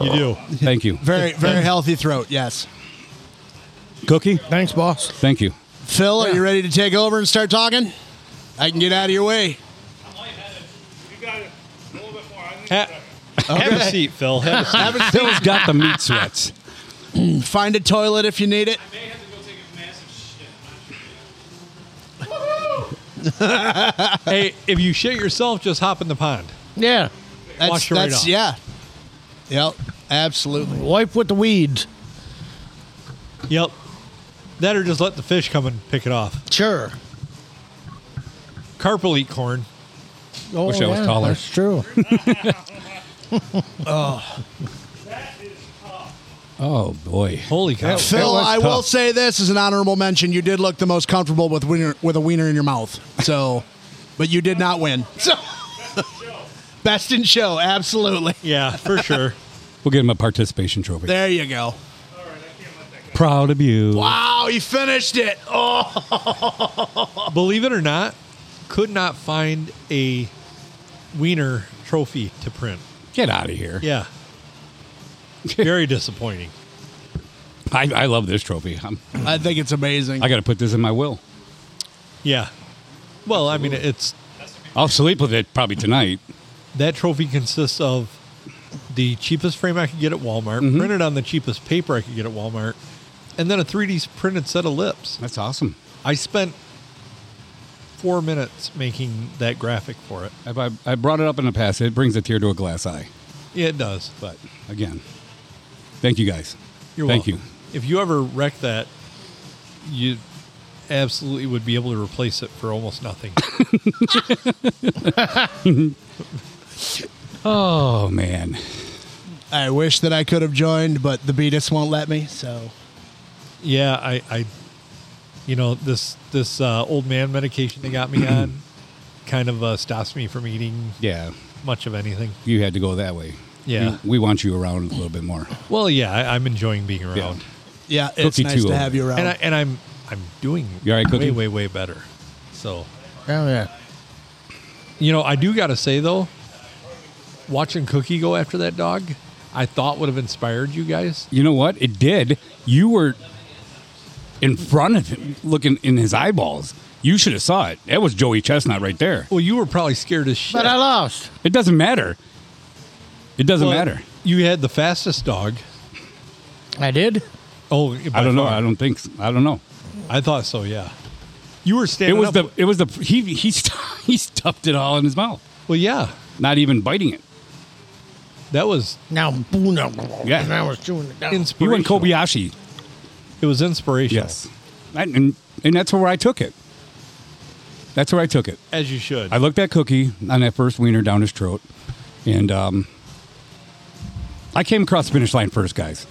A: You do.
B: Thank you,
E: Very, very healthy throat. Yes.
B: Cookie.
F: Thanks, boss.
B: Thank you.
E: Phil, are you ready to take over and start talking? I can get out of your way.
K: You got it. A little bit more. I need
A: Ha- Have a seat, Phil. Have a seat.
B: Phil's got the meat sweats.
E: Find a toilet if you need it.
K: may have to go take a massive shit.
A: hey, if you shit yourself, just hop in the pond.
F: Yeah.
E: That's,
A: Wash it right
E: that's
A: off.
E: yeah. Yep. Absolutely.
F: Wipe with the weeds.
A: Yep. That or just let the fish come and pick it off.
F: Sure.
A: Carp will eat corn.
F: Oh,
B: Wish I was taller.
F: That's true.
B: Oh boy.
A: Holy cow.
E: Phil,
B: was
E: I
B: tough.
E: will say this as an honorable mention. You did look the most comfortable with wiener, with a wiener in your mouth. So, but you did not win. So, best in show, absolutely.
A: Yeah, for sure.
B: We'll get him a participation trophy.
E: There you go.
B: Proud of you.
E: Wow, he finished it. Oh,
A: Believe it or not, could not find a wiener trophy to print.
B: Get out of here.
A: Yeah. Very disappointing.
B: I, I love this trophy. I'm,
E: I think it's amazing.
B: I got to put this in my will.
A: Yeah. Well, I mean, it's
B: I'll sleep with it probably tonight.
A: That trophy consists of the cheapest frame I could get at Walmart, printed on the cheapest paper I could get at Walmart, and then a 3D printed set of lips.
B: That's awesome.
A: I spent four minutes making that graphic for it.
B: I, I, I brought it up in the past. It brings a tear to a glass eye.
A: Yeah, it does.
B: But again, thank you guys.
A: You're
B: thank
A: welcome. If you ever wreck that, you absolutely would be able to replace it for almost nothing.
B: you. oh man,
E: I wish that I could have joined, but the Beatus won't let me. So
A: Yeah, I, I you know, this this uh, old man medication they got me on kind of uh, stops me from eating
B: yeah,
A: much of anything.
B: you had to go that way.
A: Yeah.
B: we, we want you around a little bit more.
A: Well, yeah, I, I'm enjoying being around,
E: yeah, it's
B: Cookie
E: nice
B: too
E: to
B: old.
E: have you around.
A: and I and I'm I'm doing
B: You all right,
A: way
B: Cookie?
A: way way better. So
F: Hell yeah.
A: you know, I do got to say though, watching Cookie go after that dog, I thought would have inspired you guys.
B: You know what? It did. You were in front of him, looking in his eyeballs. You should have saw it. That was Joey Chestnut right there.
A: Well, you were probably scared as shit.
F: But I lost.
B: It doesn't matter. It doesn't
A: Well,
B: matter.
A: You had the fastest dog.
F: I did.
A: Oh,
B: I
A: by
B: don't know.
A: far.
B: I don't think. so. I don't know.
A: I thought so. Yeah, you were
B: It
A: standing.
B: was
A: up-
B: the. It was the. He he stu- he stuffed it all in his mouth,
A: Well, yeah,
B: not even biting it.
A: that was
F: Now, boo, no.
B: Yeah.
F: And I was chewing it down.
B: He
A: inspirational.
B: went Kobayashi.
A: It was inspirational.
B: Yes, and, and and that's where I took it. That's where I took it.
A: as you should.
B: I looked at Cookie on that first wiener down his throat, and um, I came across the finish line first, guys.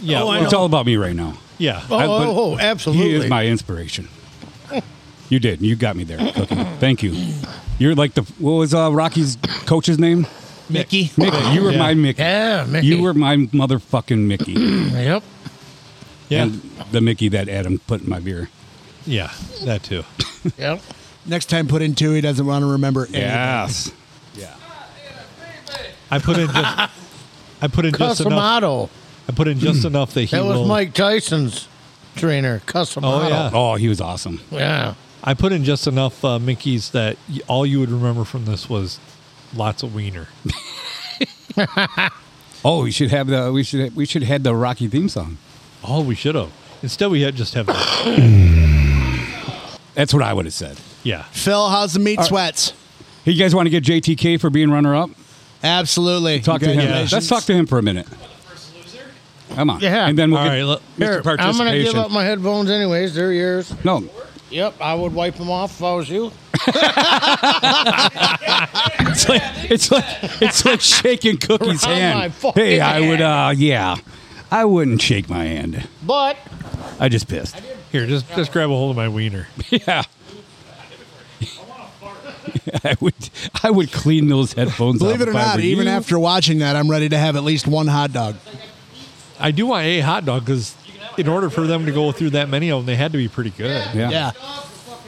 A: yeah,
E: Oh, I
A: well,
B: It's all about me right now.
A: yeah.
F: Oh,
B: I- but
F: oh, oh, absolutely.
B: He is my inspiration. You did. You got me there, Cookie. Thank you. You're like the what was uh, Rocky's coach's name?
F: Mickey.
B: Mickey. You were
A: Yeah.
B: my Mickey.
F: Yeah, Mickey.
B: You were my motherfucking Mickey.
F: Yep.
A: Yeah,
B: And the Mickey that Adam put in my beer.
A: yeah, that too.
F: Yep.
E: Next time, put in two. He doesn't want to remember. anything.
B: Yes. Yeah.
G: Uh,
A: I put in just, I put in just enough.
F: Customato.
A: I put in just enough that he
F: That was
A: will-
F: Mike Tyson's trainer. Customato.
A: Oh, yeah.
B: Oh, he was awesome.
F: Yeah.
A: I put in just enough uh, Mickey's that y- all you would remember from this was lots of wiener.
B: Oh, we should have the we should we should have had the Rocky theme song.
A: Oh, we should have. Instead, we had just have that.
B: That's what I would have said.
A: Yeah.
E: Phil, how's the meat sweats?
B: Hey, you guys want to get JTK for being runner up?
E: Absolutely.
B: Talk to him.
A: Congratulations.
B: Let's talk to him for a minute. Come on.
F: Yeah.
B: And then we'll
A: All
B: get
A: right, let-
B: Mr.
F: Here, I'm
B: Participation.
F: going to give up my headphones anyways. They're yours.
B: no.
F: Yep, I would wipe them off if I was you.
B: It's like it's like it's like shaking Cookie's
F: Around my
B: hand.
F: fucking
B: Hey, I would uh yeah. I wouldn't shake my hand.
F: But
B: I just pissed.
A: Here, just just grab a hold of my wiener.
B: Yeah. I would I would clean those headphones
E: Believe
B: up
E: it or
B: if I
E: not,
B: were
E: even
B: you.
E: after watching that, I'm ready to have at least one hot dog.
A: I do want a hot dog because in order for them to go through that many of them, they had to be pretty good.
B: yeah.
E: Yeah.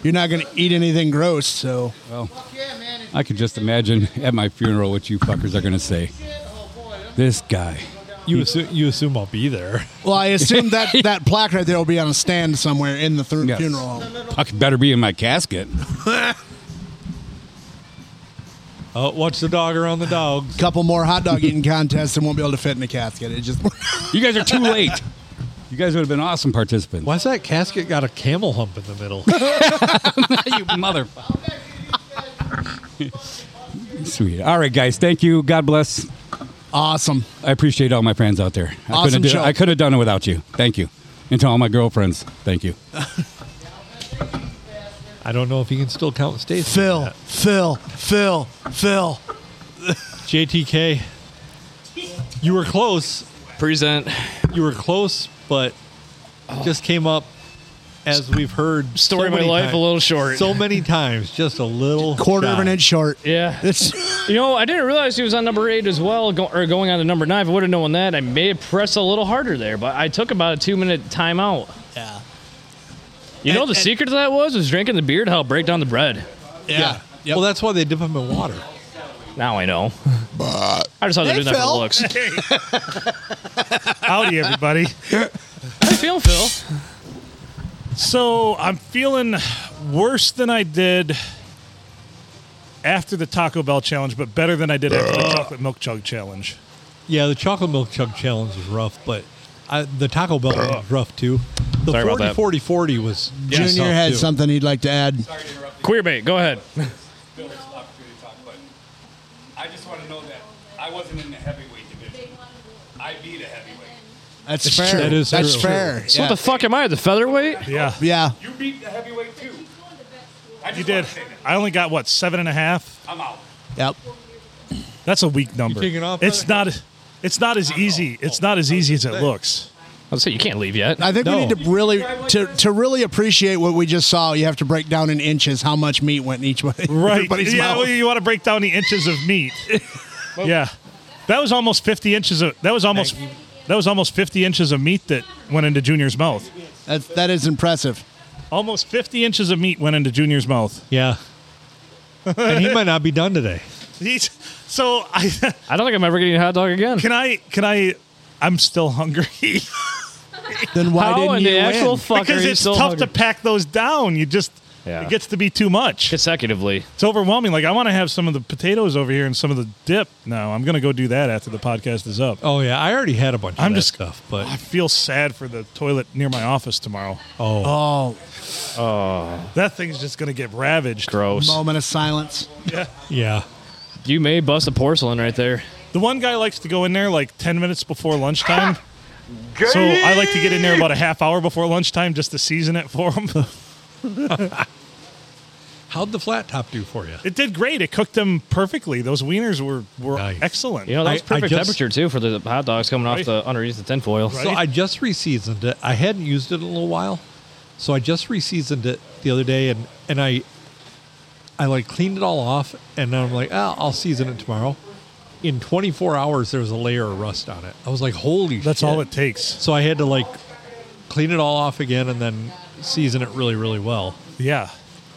E: You're not going to eat anything gross, so.
B: I could just imagine at my funeral what you fuckers are gonna say. This guy.
A: You assume you assume I'll be there.
E: Well, I assume that that plaque right there will be on a stand somewhere in the thir-
B: Yes.
E: funeral home.
B: I could better be in my casket.
A: Uh, watch the dog around the dogs.
E: Couple more hot dog eating contests and won't be able to fit in a casket. It just
B: You guys are too late. You guys would have been awesome participants.
A: Why's that casket got a camel hump in the middle?
B: you motherfucker. Sweet. All right, guys. Thank you. God bless.
E: awesome.
B: I appreciate all my friends out there. I
E: Awesome
B: couldn't do,
E: show.
B: I could have done it without you. Thank you. And to all my girlfriends, thank you.
A: I don't know if he can still count states.
E: Phil, Phil, Phil, Phil.
A: JTK, you were close.
D: Present.
A: You were close, but just came up as we've heard.
D: Story
A: so
D: of my
A: many
D: life
A: times-
D: a little short.
A: So many times, just a little
E: Quarter of an
A: shy.
E: inch short.
D: Yeah.
E: It's
D: You know, I didn't realize he was on number eight as well, go, or going on to number nine. If I would have known that, I may have pressed a little harder there, but I took about a two minute timeout.
E: yeah.
D: You know, the
E: And- and-
D: secret to that was was drinking the beer to help break down the bread.
E: Yeah.
A: Well, that's why they dip them in water.
D: Now I know. I just thought they
E: Hey,
D: were doing that for the
E: Phil.
D: looks.
C: Howdy, everybody.
D: How you feeling, Phil?
C: So I'm feeling worse than I did after the Taco Bell challenge, but better than I did after the chocolate milk jug challenge.
A: Yeah, the chocolate milk chug challenge was rough, but I, the Taco Bell one was rough too. The
D: Sorry about
A: 40
D: that.
A: 40 40 was
E: Junior
A: tough,
E: had
A: too.
E: something he'd like to add.
D: Queer bait. Go ahead.
K: Bill's opportunity to talk, but I just want to know that I wasn't in the heavyweight division. I beat a heavyweight.
E: That's
D: It's
E: fair.
D: true. That is
E: That's
D: true.
E: fair.
D: So what the fuck am I? The featherweight?
C: Yeah.
E: Yeah.
K: You beat the heavyweight too. I just
C: You did.
K: wanna say that.
C: I only got what seven and a half.
K: I'm out.
E: Yep.
C: That's a weak number.
A: kicking off,
C: it's not. It's not as easy. It's not as easy as it looks.
D: I'll say you can't leave yet.
E: I think
A: No.
E: we need to really to, to really appreciate what we just saw. You have to break down in inches how much meat went in each way.
C: Right.
E: Everybody's
C: Yeah.
E: mouth.
C: Well, you want to break down the inches of meat. yeah. That was almost 50 inches of. That was almost. That was almost 50 inches of meat that went into Junior's mouth.
E: That's, that is impressive.
C: Almost 50 inches of meat went into Junior's mouth.
A: Yeah. and he might not be done today.
C: He's, so I
D: I don't think I'm ever getting a hot dog again.
C: can I can I. I'm still hungry.
E: Then why
D: How
E: didn't
D: in
E: you
D: the actual
E: win?
D: fuck are
C: because
D: you
C: it's
D: still
C: tough
D: hungry?
C: to pack those down. You just
D: Yeah.
C: it gets to be too much.
D: consecutively.
C: It's overwhelming. Like I want to have some of the potatoes over here and some of the dip. No, I'm gonna go do that after the podcast is up.
A: Oh yeah, I already had a bunch. of
C: I'm
A: that
C: just-
A: stuff, but
C: I feel sad for the toilet near my office tomorrow.
A: oh,
E: Oh,
C: That thing's just gonna get ravaged.
D: Gross.
E: moment of silence.
A: yeah.
D: You may bust a porcelain right there.
C: The one guy likes to go in there like ten minutes before lunchtime. So I like to get in there about a half hour before lunchtime just to season it for him.
A: How'd the flat top do for you?
C: It did great. It cooked them perfectly. Those wieners were were
A: Nice.
C: excellent.
D: You know, that
A: I-
D: was
A: I
D: perfect
A: just-
D: temperature too for the hot dogs coming off
C: Right.
D: the underneath the tinfoil.
A: So I just reseasoned it. I hadn't used it in a little while, so I just reseasoned it the other day, and and I, I like cleaned it all off, and then I'm like, ah, I'll season it tomorrow. In 24 hours, there was a layer of rust on it. I was like, holy.
C: That's
A: shit.
C: all it takes.
A: So I had to like clean it all off again, and then season it really, really well.
C: Yeah.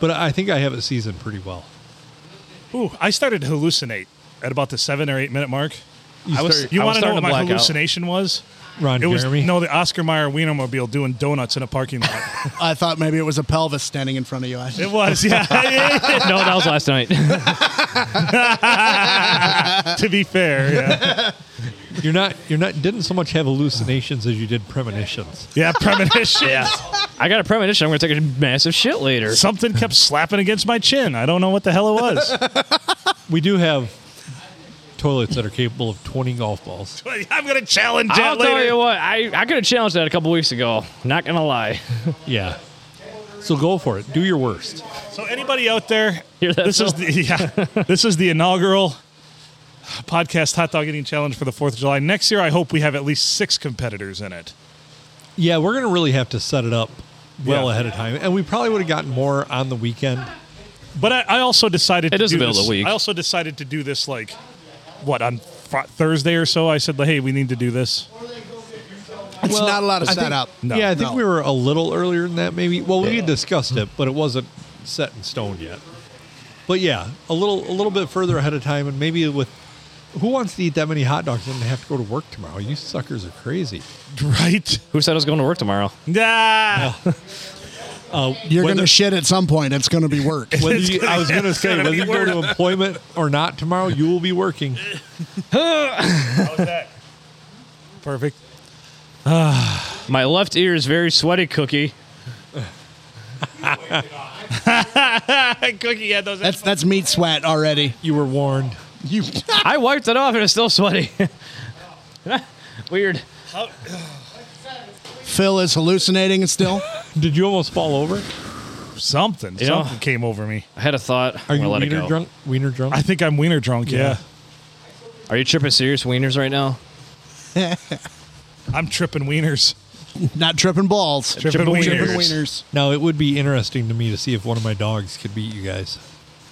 A: But I think I have it seasoned pretty well.
C: Ooh, I started to hallucinate at about the seven or eight minute mark.
A: I
D: was-
C: You
D: I
C: want to know
D: starting
C: what
D: to
C: my
D: black out.
C: hallucination was?
A: Ron
C: it was
A: Jeremy.
C: no the Oscar Mayer Wienermobile doing donuts in a parking lot.
E: I thought maybe it was a pelvis standing in front of you. I-
C: it was, yeah.
D: no, that was last night.
C: to be fair, yeah.
A: You're not. You're not. Didn't so much have hallucinations as you did premonitions.
C: Yeah, premonition.
D: I got a premonition. I'm going to take a massive shit later.
C: Something kept slapping against my chin. I don't know what the hell it was.
A: We do have toilets that are capable of 20 golf balls.
C: I'm gonna challenge that
D: I'll
C: later.
D: tell you what. I, I could have challenged that a couple weeks ago. Not going to lie.
A: Yeah. So go for it. Do your worst.
C: So anybody out there,
D: Hear that,
C: this is
D: Phil?
C: the, yeah, this is the inaugural podcast hot dog eating challenge for the Fourth of July. Next year, I hope we have at least six competitors in it.
A: Yeah, we're going to really have to set it up well
C: Yeah.
A: ahead of time. And we probably would have gotten more on the weekend.
C: But I, I also decided
D: It
C: to
D: is
C: do
D: the middle of
C: this.
D: the week.
C: I also decided to do this like what on fr- Thursday or so. I said, "Hey, we need to do this."
E: It's not a lot of
A: I think-
E: setup.
A: yeah, I think
E: No.
A: we were a little earlier than that, maybe. Well, we had discussed it, but it wasn't set in stone yet. But yeah, a little a little bit further ahead of time, and maybe with who wants to eat that many hot dogs and have to go to work tomorrow? You suckers are crazy.
C: Right?
D: Who said I was going to work tomorrow?
C: Nah.
A: Uh,
E: You're
A: whether-
E: going to shit at some point. It's going to be work.
A: whether you, I was going to
C: it's
A: say whether
C: gonna be
A: you go to employment or not tomorrow, you will be working.
C: Perfect.
D: My left ear is very sweaty, Cookie.
C: Cookie had those.
E: That's that's meat sweat already.
A: You were warned.
E: You
D: I wiped it off and it's still sweaty. Weird.
E: Phil is hallucinating still.
A: Did you almost fall over?
C: something.
D: You know-
C: something came over me.
D: I had a thought.
A: Are
D: I'm
A: you
D: gonna let it
A: wiener
D: go.
A: drunk? Wiener drunk?
C: I think I'm wiener drunk. Yeah.
D: Are you tripping serious wieners right now?
C: I'm tripping wieners.
E: Not tripping balls.
C: Tripping
E: Tripping
C: wieners.
E: wieners.
A: now it would be interesting to me to see if one of my dogs could beat you guys.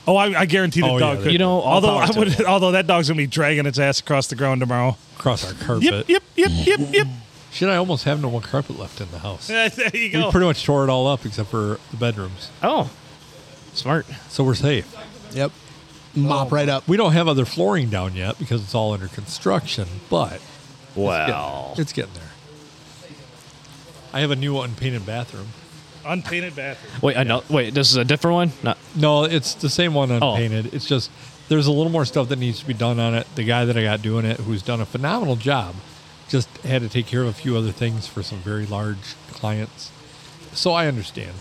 C: Oh, I, I guarantee the
A: Oh, yeah,
C: dog.
A: they-
C: could.
D: You know, all
C: although
D: power
C: I
D: to
C: would, although that dog's gonna be dragging its ass across the ground tomorrow.
A: Across our carpet.
C: Yep, yep, yep, yep, yep.
A: Should I almost have no more carpet left in the house?
C: Yeah, there
A: We
C: you go.
A: pretty much tore it all up except for the bedrooms,
D: Oh, smart.
A: so we're safe.
E: Yep. Mop right up.
A: We don't have other flooring down yet because it's all under construction, but
D: Wow. Oh.
A: it's getting there. I have a new unpainted bathroom.
C: Unpainted bathroom.
D: Wait, I know. Wait, this is a different one. Not
A: No, it's the same one
D: Oh.
A: unpainted. It's just there's a little more stuff that needs to be done on it. The guy that I got doing it, who's done a phenomenal job, just had to take care of a few other things for some very large clients. So I understand.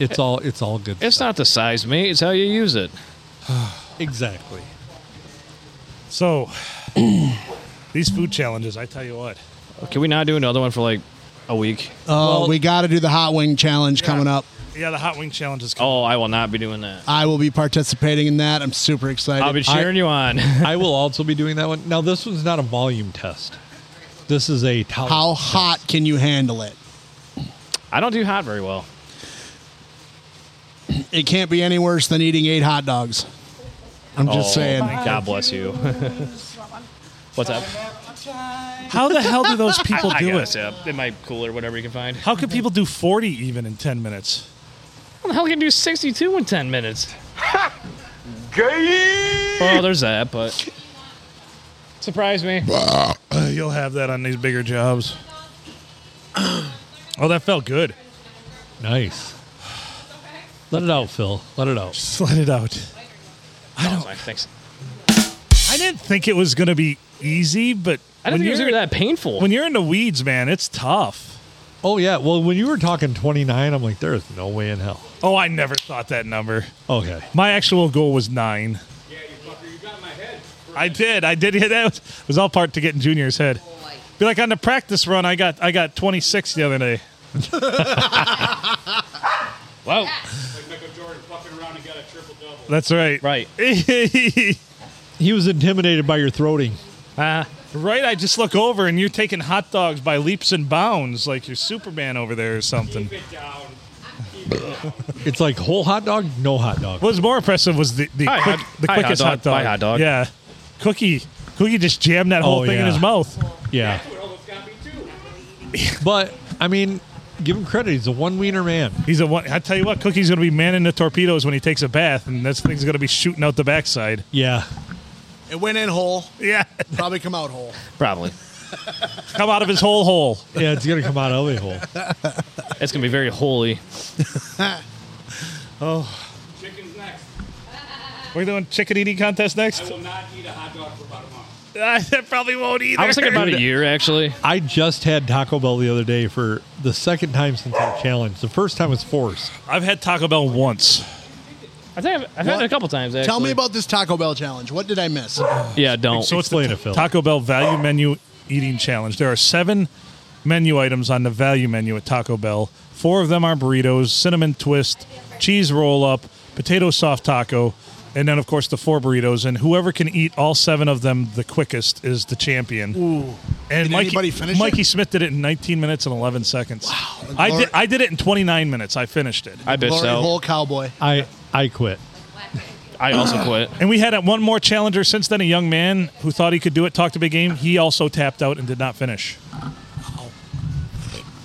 A: It's all it's all good.
D: Eh, It's not the size, mate. It's how you use it.
A: exactly.
C: So, these food challenges, I tell you what.
D: Can we not do another one for like a week?
E: Oh, we got to do the hot wing challenge coming up.
C: Yeah, the hot wing challenge is.
D: Oh, I will not be doing that.
E: I will be participating in that. I'm super excited.
D: I'll be cheering you on.
A: I will also be doing that one. Now this one's not a volume test. This is a tolerance
E: How hot can you handle it?
D: I don't do hot very well.
E: It can't be any worse than eating eight hot dogs. I'm just
D: Oh,
E: saying.
D: God bless you. What's up?
C: How the hell do those people
D: I, I
C: do
D: guess,
C: it?
D: Yeah, in my cooler, whatever you can find.
C: How could people do 40 even in 10 minutes?
D: How the hell can you do 62 in 10 minutes?
C: Gay!
D: Well, there's that, but surprise me.
C: Uh, You'll have that on these bigger jobs. oh, that felt good.
A: Nice. Let it out, Phil. Let it out.
C: Just let it out.
D: I don't. Oh, Thanks.
C: I didn't think it was going to be easy, but
D: I
C: when
D: didn't think it was
C: you're-
D: gonna be that painful.
C: When you're in the weeds, man, it's tough.
A: Oh yeah. Well, when you were talking 29, I'm like, there is no way in hell.
C: Oh, I never thought that number.
A: Okay.
C: My actual goal was nine. I did. I did hit that. It was all part to getting Junior's head. Be like on the practice run. I got I got 26 the other day.
D: Wow.
K: Like Michael Jordan fucking around and got a triple double.
C: That's right.
D: Right.
A: He was intimidated by your throating.
D: Ah,
C: Right. I just look over and you're taking hot dogs by leaps and bounds, like you're Superman over there or something.
K: Keep it down.
A: It's like whole hot dog, no hot dog.
C: What was more impressive was the the,
D: Hi,
C: quick,
D: hot-
C: the
D: hi,
C: quickest
D: hot
C: hot
D: dog.
C: dog.
D: Hi, hot dog.
C: Yeah. Cookie. Cookie just jammed that whole
A: Oh,
C: thing in
A: yeah.
C: his mouth.
A: Yeah.
K: That's what almost got me too.
A: But I mean, give him credit. He's a one wiener man.
C: He's a one. I tell you what, Cookie's gonna be manning the torpedoes when he takes a bath, and this thing's gonna be shooting out the backside.
A: Yeah.
E: It went in whole.
C: Yeah,
E: Probably come out whole.
D: probably.
C: come out of his whole hole.
A: Yeah, it's gonna come out of a hole.
D: It's gonna be very holy.
K: Chicken's next.
C: We're doing chicken eating contest
K: I
C: next.
K: will not eat a hot dog for about a month.
C: I probably won't either.
D: I was thinking about a year actually.
A: I just had Taco Bell the other day for the second time since our challenge. The first time was forced.
C: I've had Taco Bell once.
D: I think I've, I've had
E: What?
D: it a couple times. Actually.
E: Tell me about this Taco Bell challenge. What did I miss?
D: Yeah, don't.
C: So Oh, it's the
A: Explain
C: Ta-
A: it, Phil.
C: Taco Bell value menu eating challenge. There are seven menu items on the value menu at Taco Bell. Four of them are burritos, cinnamon twist, cheese roll up, potato soft taco, and then of course the four burritos. And whoever can eat all seven of them the quickest is the champion. Ooh. And
E: Did
C: Mikey,
E: anybody finish it?
C: Mikey Smith did it in 19 minutes and 11 seconds. Wow. I
E: Lord-
C: did, I did it in 29 minutes. I finished it.
D: I bitched
E: Glory
D: out.
E: hole cowboy.
A: I I quit.
D: I also quit.
C: And we had one more challenger since then, a young man who thought he could do it, talked a big game. He also tapped out and did not finish.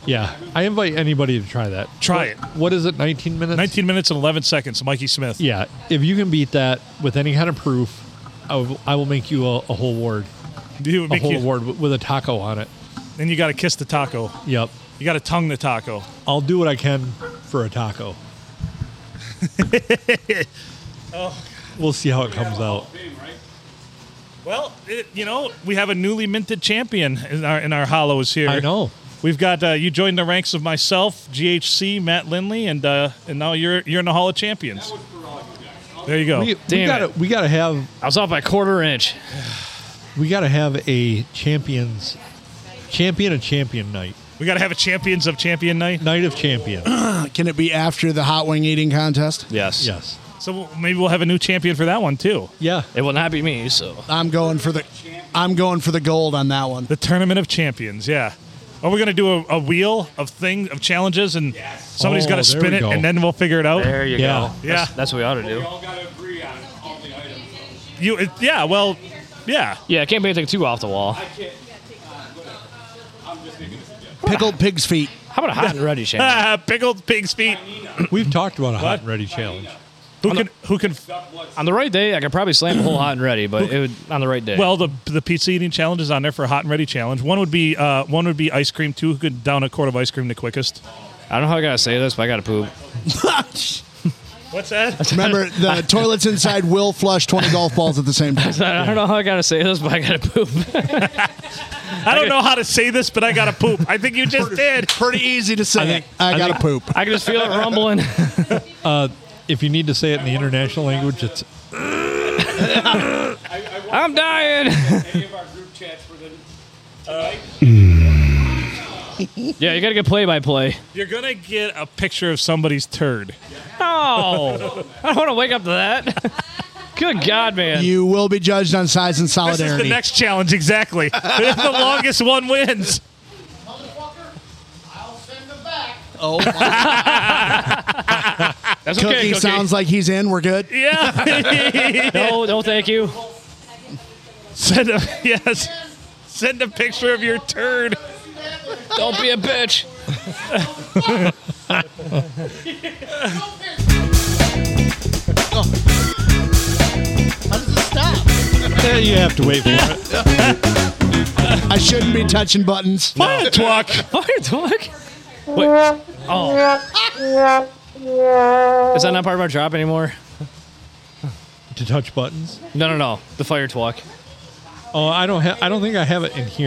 A: Yeah. I invite anybody to try that.
C: Try
A: What-
C: it.
A: What is it? 19 minutes.
C: 19 minutes and 11 seconds, Mikey Smith.
A: Yeah. If you can beat that with any kind of proof, I will, I will make you a, a whole award,
C: Dude,
A: a
C: make
A: whole
C: you-
A: award with, with a taco on it.
C: Then you got to kiss the taco.
A: Yep.
C: You got to tongue the taco.
A: I'll do what I can for a taco. We'll see how it comes out.
C: Well, it, you know, we have a newly minted champion in our in our hollows here.
A: I know.
C: We've got uh, you joined the ranks of myself, GHC, Matt Lindley, and uh, and now you're you're in the Hall of Champions. There you go.
A: We, we
D: Damn
A: gotta
D: it.
A: we gotta have
D: I was off by a quarter inch.
A: we gotta have a champions champion of champion night.
C: We got to have a Champions of Champion night.
A: Night of champion.
E: Uh, Can it be after the hot wing eating contest?
D: Yes.
A: yes.
C: So we'll- maybe we'll have a new champion for that one too.
A: Yeah.
D: It will not be me. So
E: I'm going for the I'm going for the gold on that one.
C: The Tournament of Champions. Yeah. Are we gonna do a, a wheel of thing of challenges and somebody's
A: Oh,
C: got to
A: there
C: spin
A: we
C: it
A: go.
C: and then we'll figure it out?
D: there you
A: Yeah.
D: go.
C: Yeah.
D: That's, that's what we ought to do.
K: We all gotta agree on all the items.
C: You, it, yeah, well, yeah.
D: Yeah, it can't be anything too off the wall.
K: I can't. Uh, whatever. I'm just making a suggestion.
E: Pickled pig's feet.
D: How about a hot and ready
C: Ah,
D: challenge?
C: pickled pig's feet.
A: We've talked about a hot and ready challenge.
C: Who can? Who can?
D: On the right day, I could probably slam a whole hot and ready, but it would on the right day.
C: Well, the the pizza eating challenge is on there for hot and ready challenge. One would be uh, one would be ice cream. Two who could down a quart of ice cream the quickest.
D: I don't know how I gotta say this, but I gotta poop.
C: What's that?
E: Remember, the toilets inside will flush 20 golf balls at the same time.
D: I don't know how I gotta say this, but I gotta poop.
C: I don't know how to say this, but I gotta poop. I think you just did.
E: Pretty easy to say. I, gotta
A: think-
E: poop.
D: I can just feel it rumbling.
A: Uh, if you need to say it in the international language, it's
D: I'm dying.
K: Any of our group chats for the
C: Uh,
D: Yeah, you gotta get play by play.
C: You're gonna get a picture of somebody's turd.
D: No, I don't want to wake up to that. Good God, man!
E: You will be judged on size and
C: This Oh, is the
E: solidarity.
C: next challenge, exactly. the longest one wins.
E: Oh,
D: That's
E: Cookie,
D: okay. Cookie.
E: sounds like he's in. We're good.
C: Yeah.
D: no, no, thank you.
C: Send a yes. Send a picture of your turd.
D: Don't be a bitch.
A: eh, you have to wait for it.
E: I shouldn't be touching buttons.
C: Fire twuck.
D: Fire dog. Wait. Oh. Is that not part of our job anymore?
A: To touch buttons.
D: No, no, no. The fire talk.
A: Oh, I don't have. I don't think I have it in here.